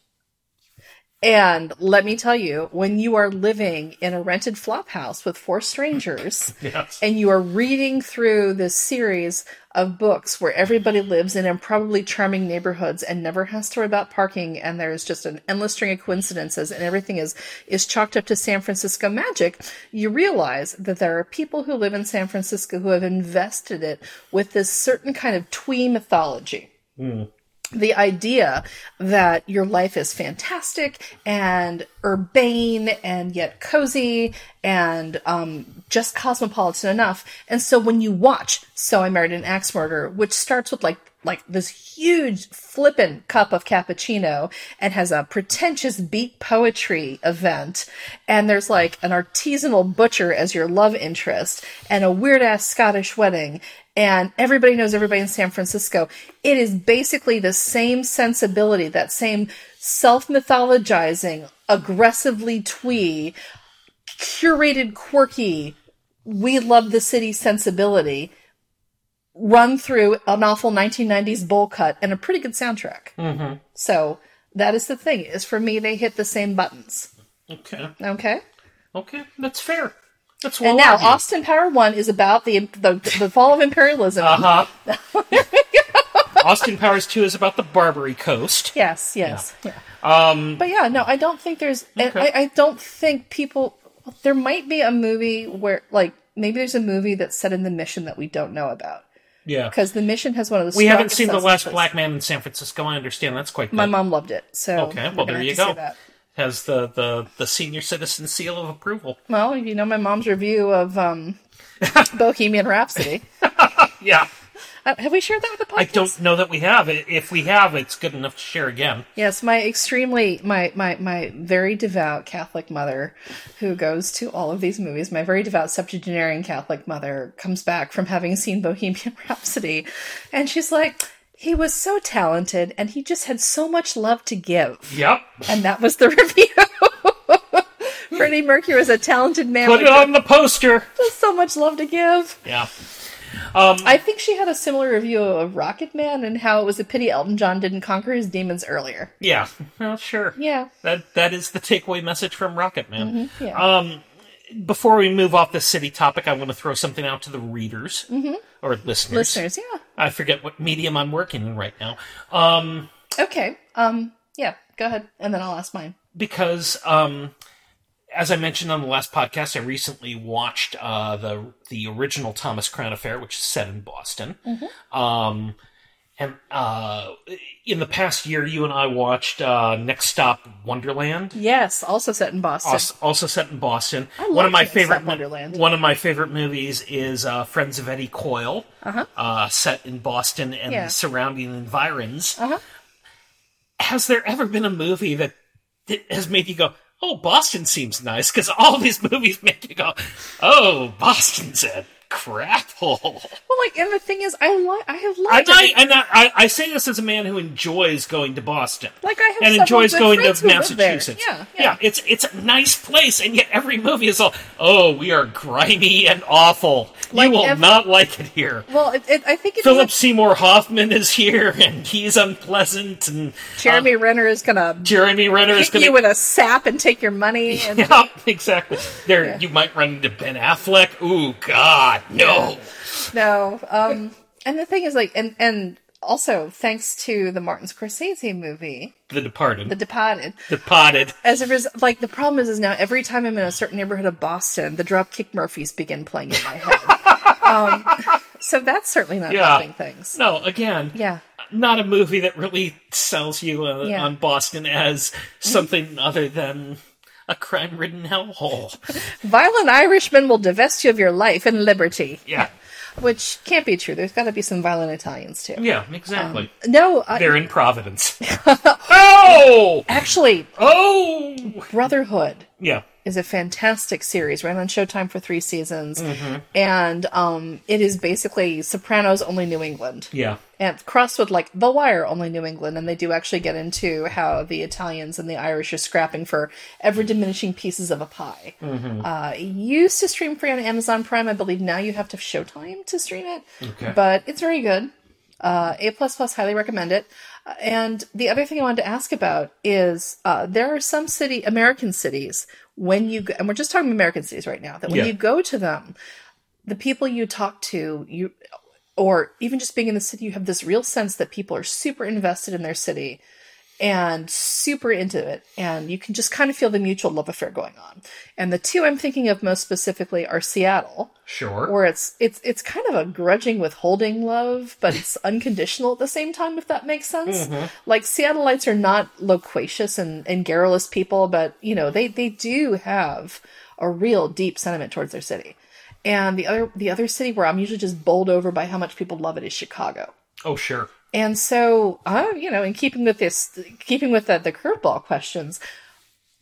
Speaker 1: And let me tell you, when you are living in a rented flop house with four strangers
Speaker 2: Yes.
Speaker 1: and you are reading through this series of books where everybody lives in improbably charming neighborhoods and never has to worry about parking and there's just an endless string of coincidences and everything is is chalked up to San Francisco magic, you realize that there are people who live in San Francisco who have invested it with this certain kind of twee mythology the idea that your life is fantastic and urbane and yet cozy and um, just cosmopolitan enough. And so when you watch So I Married an Axe Murderer, which starts with like like this huge flippin' cup of cappuccino and has a pretentious beat poetry event. And there's like an artisanal butcher as your love interest and a weird ass Scottish wedding and everybody knows everybody in San Francisco. It is basically the same sensibility, that same self mythologizing, aggressively twee, curated, quirky, we love the city sensibility run through an awful 1990s bowl cut and a pretty good soundtrack. So that is the thing is for me, they hit the same buttons.
Speaker 2: Okay.
Speaker 1: Okay.
Speaker 2: Okay. That's fair. That's well
Speaker 1: And now
Speaker 2: argued.
Speaker 1: Austin Power One is about the, the, the fall of imperialism.
Speaker 2: Uh-huh. Austin Powers 2 is about the Barbary Coast.
Speaker 1: Yes, yes. Yeah. Um, but yeah, no, I don't think there's. and
Speaker 2: Okay.
Speaker 1: I, I don't think people. There might be a movie where, like, maybe there's a movie that's set in the mission that we don't know about
Speaker 2: Yeah.
Speaker 1: because the mission has one of the.
Speaker 2: We haven't
Speaker 1: strongest
Speaker 2: seen The Last
Speaker 1: senses.
Speaker 2: Black Man in San Francisco. I understand that's quite
Speaker 1: My
Speaker 2: good.
Speaker 1: mom loved it, so
Speaker 2: Okay,
Speaker 1: we're
Speaker 2: well,
Speaker 1: gonna
Speaker 2: there
Speaker 1: have
Speaker 2: you
Speaker 1: to say
Speaker 2: go.
Speaker 1: that.
Speaker 2: Has the, the, the senior citizen seal of approval.
Speaker 1: Well, you know my mom's review of um, Bohemian Rhapsody.
Speaker 2: Yeah.
Speaker 1: Uh, have we shared that with the podcast?
Speaker 2: I don't know that we have. I- If we have, it's good enough to share again.
Speaker 1: Yes, my extremely my my my very devout Catholic mother, who goes to all of these movies. My very devout septuagenarian Catholic mother comes back from having seen Bohemian Rhapsody, and she's like, "He was so talented, and he just had so much love to give."
Speaker 2: Yep.
Speaker 1: And that was the review. Freddie Mercury was a talented man
Speaker 2: Put
Speaker 1: with
Speaker 2: it on the poster.
Speaker 1: just so much love to give.
Speaker 2: Yeah.
Speaker 1: I think she had a similar review of Rocket Man and how it was a pity Elton John didn't conquer his demons earlier.
Speaker 2: Yeah. Well, sure.
Speaker 1: Yeah. Mm-hmm.
Speaker 2: That that is the takeaway message from Rocket Man. Um,
Speaker 1: Yeah.
Speaker 2: Before we move off the city topic, I want to throw something out to the readers or listeners.
Speaker 1: Mm-hmm. Listeners, yeah.
Speaker 2: I forget what medium I'm working in right now. Um,
Speaker 1: Okay. Um. Yeah. Go ahead, and then I'll ask mine.
Speaker 2: because um, as I mentioned on the last podcast, I recently watched uh, the the original Thomas Crown Affair, which is set in Boston. Um, and uh, in the past year, you and I watched uh, Next Stop Wonderland.
Speaker 1: Yes. Also set in Boston.
Speaker 2: also, also set in Boston.
Speaker 1: I
Speaker 2: one
Speaker 1: love
Speaker 2: of my
Speaker 1: Next Stop
Speaker 2: favorite
Speaker 1: Wonderland.
Speaker 2: One of my favorite movies is uh, Friends of Eddie Coyle, uh set in Boston and
Speaker 1: Uh-huh. Yeah.
Speaker 2: the surrounding environs.
Speaker 1: Uh-huh.
Speaker 2: Has there ever been a movie that that has made you go, "Oh, Boston seems nice"? Because all these movies make you go, "Oh, Boston's a crap hole."
Speaker 1: Well, like, and the thing is, I li- I have
Speaker 2: And
Speaker 1: loved
Speaker 2: I,
Speaker 1: it.
Speaker 2: and I, I, I say this as a man who enjoys going to Boston
Speaker 1: Like, I have
Speaker 2: and
Speaker 1: several
Speaker 2: enjoys
Speaker 1: good
Speaker 2: going
Speaker 1: friends
Speaker 2: to
Speaker 1: who live there.
Speaker 2: Massachusetts.
Speaker 1: Yeah, yeah.
Speaker 2: it's it's a nice place, and yet every movie is all, oh, we are grimy and awful.
Speaker 1: Like
Speaker 2: you will
Speaker 1: every-
Speaker 2: not like it here.
Speaker 1: Well, it, it, I think it's
Speaker 2: Philip Seymour Hoffman is here, and he's unpleasant, and
Speaker 1: Jeremy Renner is gonna
Speaker 2: Jeremy Renner is
Speaker 1: hit
Speaker 2: going
Speaker 1: you
Speaker 2: to.
Speaker 1: with a sap and take your money. And
Speaker 2: Yeah, exactly. There, you might run into Ben Affleck. Ooh, God, no.
Speaker 1: no. Um. And the thing is, like, and and also thanks to the Martin Scorsese movie,
Speaker 2: The Departed.
Speaker 1: The Departed,
Speaker 2: Departed.
Speaker 1: as a res- like the problem is is now every time I'm in a certain neighborhood of Boston, the Dropkick Murphys begin playing in my head. um, so that's certainly not
Speaker 2: Yeah.
Speaker 1: helping things.
Speaker 2: No, again.
Speaker 1: Yeah.
Speaker 2: not a movie that really sells you uh,
Speaker 1: Yeah.
Speaker 2: on Boston as something other than a crime-ridden hellhole.
Speaker 1: Violent Irishmen will divest you of your life and liberty,
Speaker 2: Yeah,
Speaker 1: which can't be true. There's got to be some violent Italians too.
Speaker 2: yeah, exactly.
Speaker 1: No, uh, I,
Speaker 2: They're in Providence. oh,
Speaker 1: actually,
Speaker 2: oh,
Speaker 1: Brotherhood
Speaker 2: yeah,
Speaker 1: is a fantastic series. Ran on Showtime for three seasons, and um, it is basically Sopranos only New England.
Speaker 2: yeah,
Speaker 1: and crossed with like The Wire, only New England, and they do actually get into how the Italians and the Irish are scrapping for ever diminishing pieces of a pie.
Speaker 2: Mm-hmm.
Speaker 1: Uh, it used to stream free on Amazon Prime, I believe. Now you have to Showtime to stream it,
Speaker 2: Okay.
Speaker 1: but it's very good. Uh, a plus plus, highly recommend it. And the other thing I wanted to ask about is uh, there are some city American cities when you go, and we're just talking American cities right now that when
Speaker 2: Yeah.
Speaker 1: you go to them, the people you talk to you or even just being in the city, you have this real sense that people are super invested in their city and super into it. And you can just kind of feel the mutual love affair going on. And the two I'm thinking of most specifically are Seattle,
Speaker 2: Sure.
Speaker 1: where it's it's it's kind of a grudging withholding love, but it's unconditional at the same time, if that makes sense. Like Seattleites are not loquacious and, and garrulous people, but you know, they they do have a real deep sentiment towards their city. And the other the other city where I'm usually just bowled over by how much people love it is Chicago.
Speaker 2: oh, sure.
Speaker 1: And so, uh, you know, in keeping with this, keeping with the, the curveball questions,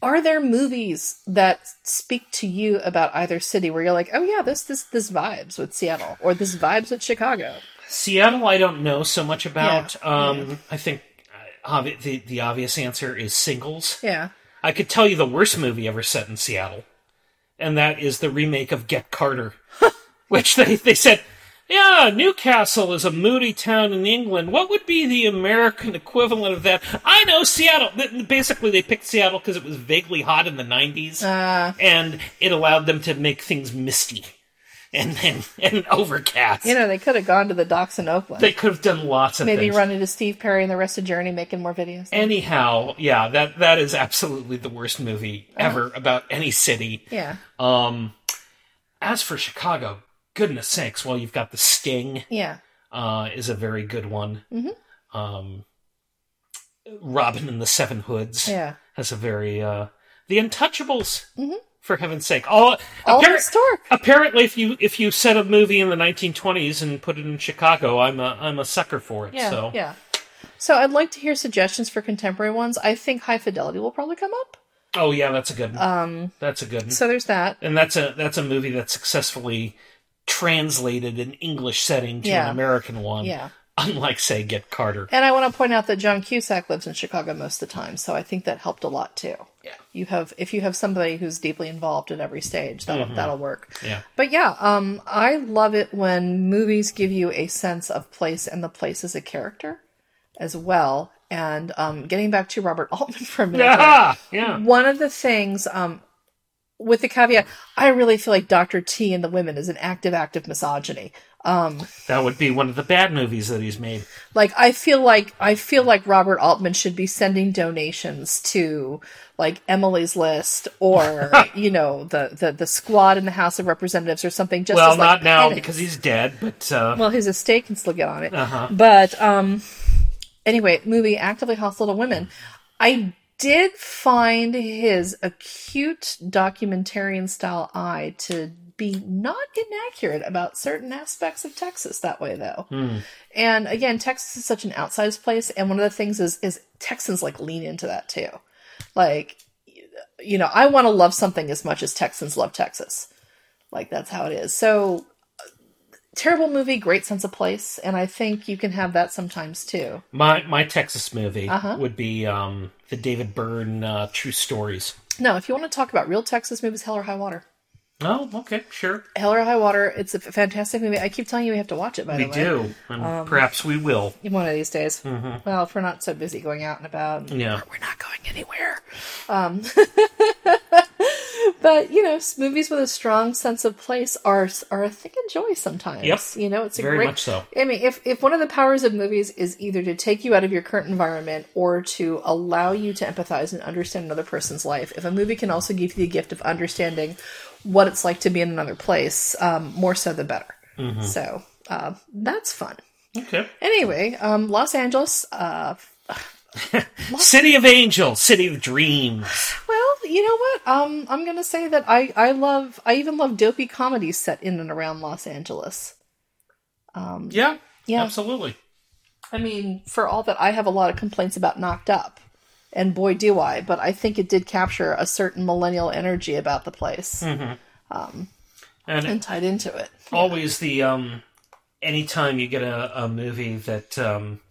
Speaker 1: are there movies that speak to you about either city where you're like, oh yeah, this this this vibes with Seattle or this vibes with Chicago?
Speaker 2: Seattle, I don't know so much about. Um, I think uh, obvi- the the obvious answer is singles.
Speaker 1: Yeah,
Speaker 2: I could tell you the worst movie ever set in Seattle, and that is the remake of Get Carter, which they, they said, yeah, Newcastle is a moody town in England. What would be the American equivalent of that? I know Seattle. Th- Basically, they picked Seattle because it was vaguely hot in the 90s,
Speaker 1: Uh,
Speaker 2: and it allowed them to make things misty and, and, and overcast.
Speaker 1: you know, they could have gone to the docks in Oakland,
Speaker 2: they could have done lots of
Speaker 1: maybe
Speaker 2: things.
Speaker 1: run into Steve Perry and the rest of Journey making more videos.
Speaker 2: Anyhow, yeah, that that is absolutely the worst movie
Speaker 1: Uh-huh.
Speaker 2: ever about any city.
Speaker 1: yeah,
Speaker 2: Um, as for Chicago, goodness sakes, well, you've got The Sting
Speaker 1: yeah,
Speaker 2: uh, is a very good one.
Speaker 1: Mhm.
Speaker 2: Um, Robin and the Seven Hoods
Speaker 1: yeah.
Speaker 2: has a very uh, The Untouchables.
Speaker 1: Mhm.
Speaker 2: For heaven's sake, all,
Speaker 1: All
Speaker 2: appar-
Speaker 1: historic.
Speaker 2: Oh, apparently, if you if you set a movie in the 1920s and put it in Chicago, I'm a I'm a sucker for it.
Speaker 1: Yeah,
Speaker 2: so
Speaker 1: yeah. So I'd like to hear suggestions for contemporary ones. I think High Fidelity will probably come up.
Speaker 2: oh yeah, that's a good one.
Speaker 1: Um,
Speaker 2: that's a good one.
Speaker 1: so there's that.
Speaker 2: and that's a that's a movie that successfully translated an English setting to
Speaker 1: Yeah.
Speaker 2: an American one.
Speaker 1: Yeah.
Speaker 2: Unlike, say, Get Carter.
Speaker 1: And I want to point out that John Cusack lives in Chicago most of the time, so I think that helped a lot too.
Speaker 2: Yeah.
Speaker 1: You have if you have somebody who's deeply involved in every stage, that'll that'll work.
Speaker 2: Yeah.
Speaker 1: But yeah, um I love it when movies give you a sense of place and the place is a character as well. And um getting back to Robert Altman for a minute.
Speaker 2: Yeah. Yeah.
Speaker 1: One of the things, um, with the caveat, I really feel like Dr. T and the women is an active, act of misogyny. Um,
Speaker 2: That would be one of the bad movies that he's made.
Speaker 1: like I feel like I feel like Robert Altman should be sending donations to like Emily's List or you know the the the squad in the House of Representatives or something. Just
Speaker 2: well,
Speaker 1: as, like,
Speaker 2: not now
Speaker 1: penance.
Speaker 2: because he's dead, but uh,
Speaker 1: well his estate can still get on it.
Speaker 2: Uh-huh.
Speaker 1: But um, anyway, movie actively hostile to women. I did find his acute documentarian style eye to be not inaccurate about certain aspects of Texas that way though. And again, Texas is such an outsized place, and one of the things is is Texans like lean into that too. Like, you know, I want to love something as much as Texans love Texas. Like that's how it is. So terrible movie, great sense of place, and I think you can have that sometimes too.
Speaker 2: my my Texas movie
Speaker 1: Uh-huh.
Speaker 2: would be um, the David Byrne uh, True Stories.
Speaker 1: No, if you want to talk about real Texas movies, Hell or High Water.
Speaker 2: Oh, okay, sure.
Speaker 1: Hell or High Water, it's a f- fantastic movie. I keep telling you we have to watch it. Um, By
Speaker 2: We
Speaker 1: the way,
Speaker 2: do, and perhaps we will.
Speaker 1: one of these days. Well, if we're not so busy going out and about,
Speaker 2: Yeah.
Speaker 1: we're not going anywhere. Um, but you know, s- movies with a strong sense of place are are a thick and joy sometimes.
Speaker 2: Yep.
Speaker 1: You know, it's a
Speaker 2: Very
Speaker 1: great.
Speaker 2: much so.
Speaker 1: I mean, if if one of the powers of movies is either to take you out of your current environment or to allow you to empathize and understand another person's life, if a movie can also give you the gift of understanding what it's like to be in another place, um, more so the better. So uh, that's fun.
Speaker 2: Okay.
Speaker 1: Anyway, um, Los Angeles. Uh,
Speaker 2: City of Angels, City of Dreams.
Speaker 1: well, you know what? Um, I'm gonna say that I I love I even love dopey comedies set in and around Los Angeles.
Speaker 2: Yeah.
Speaker 1: Yeah.
Speaker 2: Absolutely.
Speaker 1: I mean, for all that I have a lot of complaints about Knocked Up, and boy do I, but I think it did capture a certain millennial energy about the place
Speaker 2: And
Speaker 1: and tied into it.
Speaker 2: always the um anytime you get a, a movie that um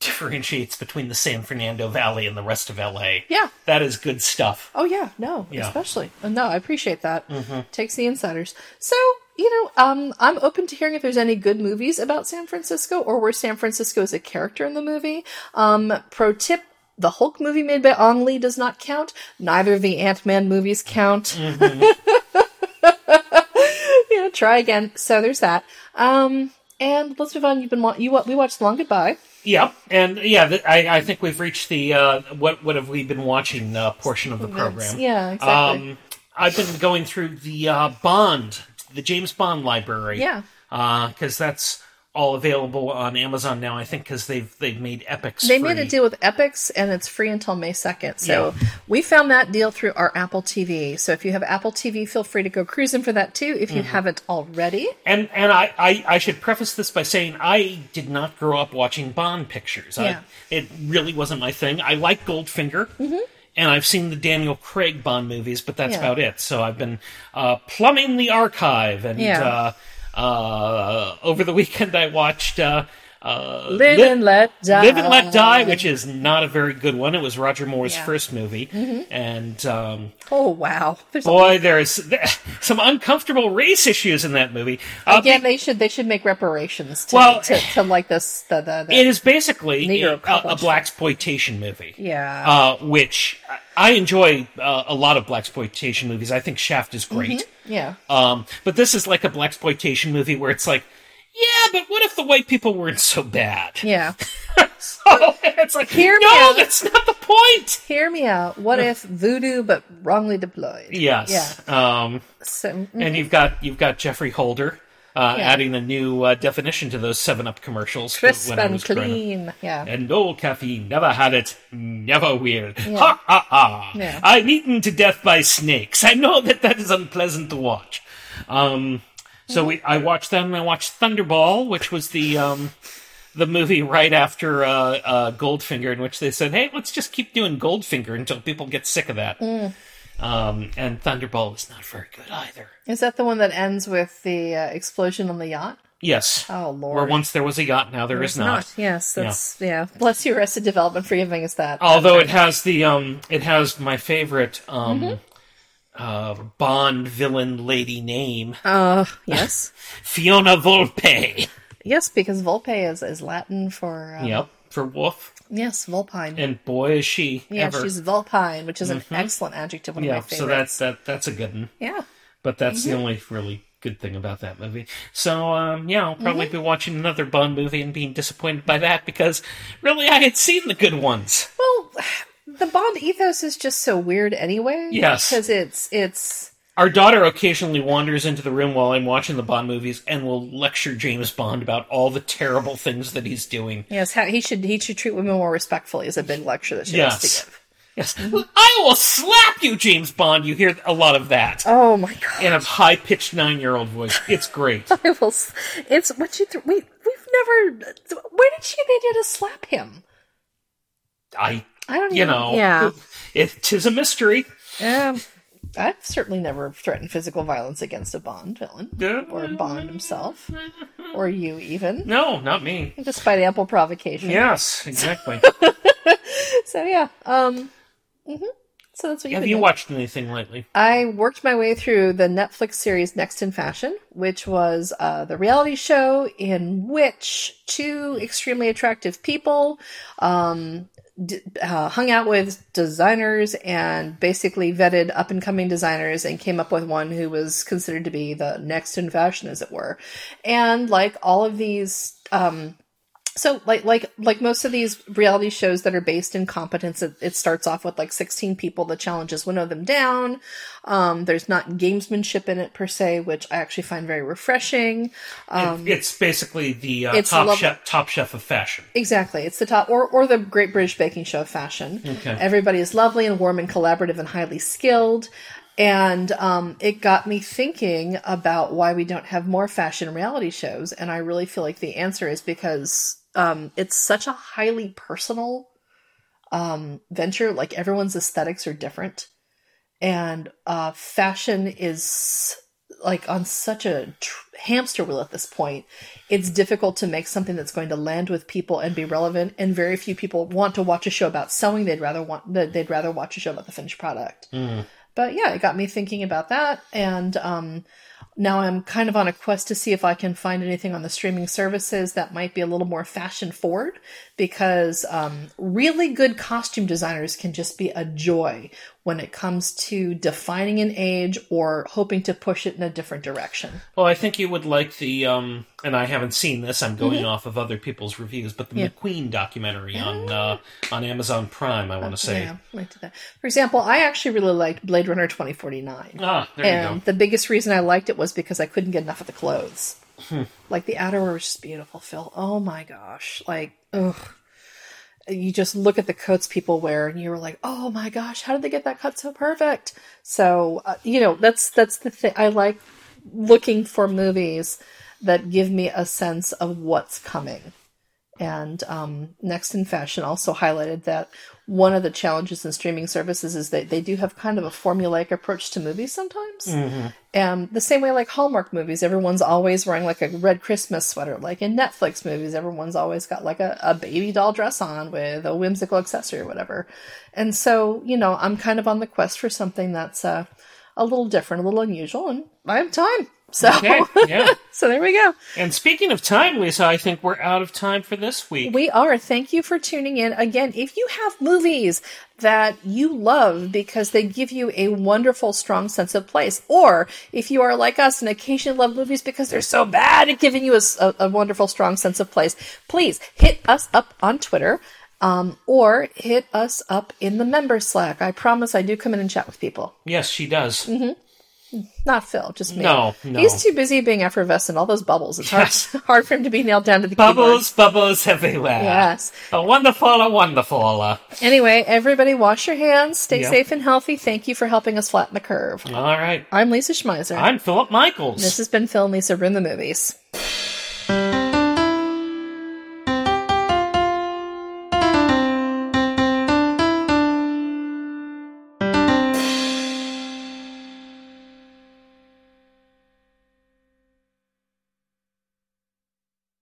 Speaker 2: differentiates between the San Fernando Valley and the rest of LA.
Speaker 1: Yeah.
Speaker 2: That is good stuff.
Speaker 1: Oh yeah, no,
Speaker 2: Yeah.
Speaker 1: especially no. I appreciate that. Takes the insiders. So you know, um, I'm open to hearing if there's any good movies about San Francisco or where San Francisco is a character in the movie. Um, pro tip: the Hulk movie made by Ong Lee does not count. Neither of the Ant Man movies count. you know, try again. So there's that. Um, and let's move on. You've been wa- you wa- we watched Long Goodbye.
Speaker 2: Yep. And yeah, th- I, I think we've reached the uh, what what have we been watching uh, portion of the program.
Speaker 1: Yeah, exactly.
Speaker 2: Um, I've been going through the uh, Bond, the James Bond library.
Speaker 1: Yeah.
Speaker 2: Because that's all available on Amazon now. I think because they've they've made epics.
Speaker 1: They made
Speaker 2: free.
Speaker 1: a deal with Epics, and it's free until May 2nd. So we found that deal through our Apple TV. So if you have Apple TV, feel free to go cruising for that too if you
Speaker 2: Mm-hmm.
Speaker 1: haven't already.
Speaker 2: And and I, I, I should preface this by saying I did not grow up watching Bond pictures.
Speaker 1: Yeah. Mm-hmm.
Speaker 2: I, it really wasn't my thing. I like Goldfinger, and I've seen the Daniel Craig Bond movies, but that's
Speaker 1: Yeah.
Speaker 2: about it. So I've been uh, plumbing the archive, and
Speaker 1: Yeah.
Speaker 2: uh, uh, over the weekend I watched. Uh, uh,
Speaker 1: Live
Speaker 2: Li-
Speaker 1: and Let Die.
Speaker 2: Live and Let Die, which is not a very good one. It was Roger Moore's
Speaker 1: Yeah. Mm-hmm.
Speaker 2: first movie, and um,
Speaker 1: Oh, wow. There's
Speaker 2: boy, there's some uncomfortable race issues in that movie. Uh,
Speaker 1: Again, they should they should make reparations to,
Speaker 2: Well-
Speaker 1: to, to like this the, the, the
Speaker 2: It is basically
Speaker 1: Negro
Speaker 2: a, a
Speaker 1: culture.
Speaker 2: black exploitation movie.
Speaker 1: yeah
Speaker 2: Uh, which I- I enjoy uh, a lot of black exploitation movies. I think Shaft is great.
Speaker 1: yeah
Speaker 2: Um, but this is like a black exploitation movie where it's like, yeah, but what if the white people weren't so bad?
Speaker 1: yeah.
Speaker 2: So it's like,
Speaker 1: Hear me
Speaker 2: no,
Speaker 1: out.
Speaker 2: that's not the point.
Speaker 1: Hear me out. What if voodoo but wrongly deployed?
Speaker 2: Yes. Yeah. Um,
Speaker 1: So, mm,
Speaker 2: and you've got you've got Jeffrey Holder uh,
Speaker 1: Yeah.
Speaker 2: adding a new uh, definition to those Seven Up commercials. that-
Speaker 1: crisp
Speaker 2: when I
Speaker 1: and
Speaker 2: was growing up.
Speaker 1: clean. Yeah.
Speaker 2: And no caffeine, never had it, never will. Ha ha ha!
Speaker 1: Yeah.
Speaker 2: I'm eaten to death by snakes. I know that that is unpleasant to watch. Um, so we, I watched that, and I watched Thunderball, which was the um, the movie right after uh, uh, Goldfinger, in which they said, "Hey, let's just keep doing Goldfinger until people get sick of that."
Speaker 1: Mm.
Speaker 2: Um, and Thunderball is not very good either.
Speaker 1: Is that the one that ends with the uh, explosion on the yacht?
Speaker 2: Yes,
Speaker 1: Oh
Speaker 2: where
Speaker 1: lord.
Speaker 2: once there was a yacht, now there is not.
Speaker 1: Yes, that's yeah. Bless you, Arrested Development, for giving us that.
Speaker 2: Although it has the um, it has my favorite um,
Speaker 1: Mm-hmm.
Speaker 2: uh, Bond villain lady name,
Speaker 1: Uh, yes,
Speaker 2: Fiona Volpe.
Speaker 1: yes, because Volpe is is Latin for um,
Speaker 2: Yep, for Wolf,
Speaker 1: yes, Vulpine.
Speaker 2: and boy is she
Speaker 1: yeah,
Speaker 2: ever. Mm-hmm.
Speaker 1: she's Vulpine, which is an excellent adjective. One
Speaker 2: yeah,
Speaker 1: of my Mm-hmm.
Speaker 2: so
Speaker 1: favorites.
Speaker 2: that's that that's a good one.
Speaker 1: yeah,
Speaker 2: But that's the only really good thing about that movie. So um, yeah, I'll probably
Speaker 1: Mm-hmm.
Speaker 2: be watching another Bond movie and being disappointed by that because really I had seen the good ones.
Speaker 1: well, the Bond ethos is just so weird anyway.
Speaker 2: Yes.
Speaker 1: because it's it's
Speaker 2: Our daughter occasionally wanders into the room while I'm watching the Bond movies and will lecture James Bond about all the terrible things that he's doing.
Speaker 1: yes. How, he should he should treat women more respectfully is a big lecture that she has
Speaker 2: Yes.
Speaker 1: to give.
Speaker 2: Yes. I will slap you, James Bond. You hear a lot of that
Speaker 1: Oh my god!
Speaker 2: in a high pitched nine year old voice. It's great.
Speaker 1: I will. s- It's what you. Th- we we've never. Where did she get the idea to slap him?
Speaker 2: I,
Speaker 1: I don't.
Speaker 2: you
Speaker 1: even-
Speaker 2: know,
Speaker 1: Yeah.
Speaker 2: it tis a mystery.
Speaker 1: Um, I've certainly never threatened physical violence against a Bond villain or Bond himself or you even,
Speaker 2: No, not me.
Speaker 1: despite ample provocation.
Speaker 2: Yes, exactly.
Speaker 1: So yeah. Um. mhm. So that's what you
Speaker 2: Have
Speaker 1: been
Speaker 2: you
Speaker 1: doing.
Speaker 2: watched anything lately?
Speaker 1: I worked my way through the Netflix series Next in Fashion, which was uh, the reality show in which two extremely attractive people um, d- uh, hung out with designers and basically vetted up and coming designers and came up with one who was considered to be the next in fashion, as it were. And like all of these, um, so like like like most of these reality shows that are based in competence it, it starts off with like 16 people the challenge is winnow them down um, there's not gamesmanship in it per se which i actually find very refreshing um,
Speaker 2: it's basically the uh,
Speaker 1: it's
Speaker 2: top,
Speaker 1: love-
Speaker 2: chef, top chef of fashion.
Speaker 1: Exactly. It's the top or, or the Great British Baking Show of fashion.
Speaker 2: Okay.
Speaker 1: Everybody is lovely and warm and collaborative and highly skilled. And um, it got me thinking about why we don't have more fashion reality shows. And I really feel like the answer is because um, it's such a highly personal um, venture. Like everyone's aesthetics are different. And uh, fashion is like on such a tr- hamster wheel at this point it's difficult to make something that's going to land with people and be relevant and very few people want to watch a show about sewing they'd rather want they'd rather watch a show about the finished product but yeah it got me thinking about that and um now i'm kind of on a quest to see if i can find anything on the streaming services that might be a little more fashion forward because um, really good costume designers can just be a joy when it comes to defining an age or hoping to push it in a different direction
Speaker 2: Well, I think you would like the, um, and I haven't seen this. I'm going off of other people's reviews, but the
Speaker 1: Mm-hmm. Yeah. Mm-hmm.
Speaker 2: McQueen documentary on uh, on Amazon Prime. I want to say,
Speaker 1: Uh, yeah I liked that. for example i actually really liked blade runner 2049
Speaker 2: ah, there you
Speaker 1: and
Speaker 2: go.
Speaker 1: the biggest reason I liked it was because I couldn't get enough of the clothes.
Speaker 2: Hmm.
Speaker 1: like the outerwear was just beautiful, Phil. Oh my gosh! Like, ugh. You just look at the coats people wear, and you were like, "Oh my gosh, how did they get that cut so perfect?" So uh, you know, that's that's the thing. I like looking for movies that give me a sense of what's coming. And um, Next in Fashion also highlighted that one of the challenges in streaming services is that they do have kind of a formulaic approach to movies sometimes. And the same way, like Hallmark movies, everyone's always wearing like a red Christmas sweater. Like in Netflix movies, everyone's always got like a, a baby doll dress on with a whimsical accessory or whatever. And so, you know, I'm kind of on the quest for something that's uh, a little different, a little unusual, and I have time. So,
Speaker 2: Okay, yeah.
Speaker 1: so there we go.
Speaker 2: And speaking of time, Lisa, I think we're out of time for this week.
Speaker 1: We are. Thank you for tuning in. Again, if you have movies that you love because they give you a wonderful, strong sense of place, or if you are like us and occasionally love movies because they're so bad at giving you a, s- a- a wonderful, strong sense of place, please hit us up on Twitter. Um, or hit us up in the member Slack. I promise I do come in and chat with people.
Speaker 2: Yes, she does.
Speaker 1: Not Phil, just me.
Speaker 2: No, no.
Speaker 1: He's too busy being effervescent, all those bubbles. It's
Speaker 2: Yes.
Speaker 1: hard, hard for him to be nailed down to the keyboard.
Speaker 2: Bubbles, bubbles everywhere.
Speaker 1: Yes.
Speaker 2: A wonderful, a wonderful. All
Speaker 1: Anyway, everybody, wash your hands, stay
Speaker 2: Yep.
Speaker 1: safe and healthy. Thank you for helping us flatten the curve.
Speaker 2: right.
Speaker 1: I'm Lisa Schmeiser.
Speaker 2: I'm Philip Michaels.
Speaker 1: this has been Phil and Lisa Ruin the Movies.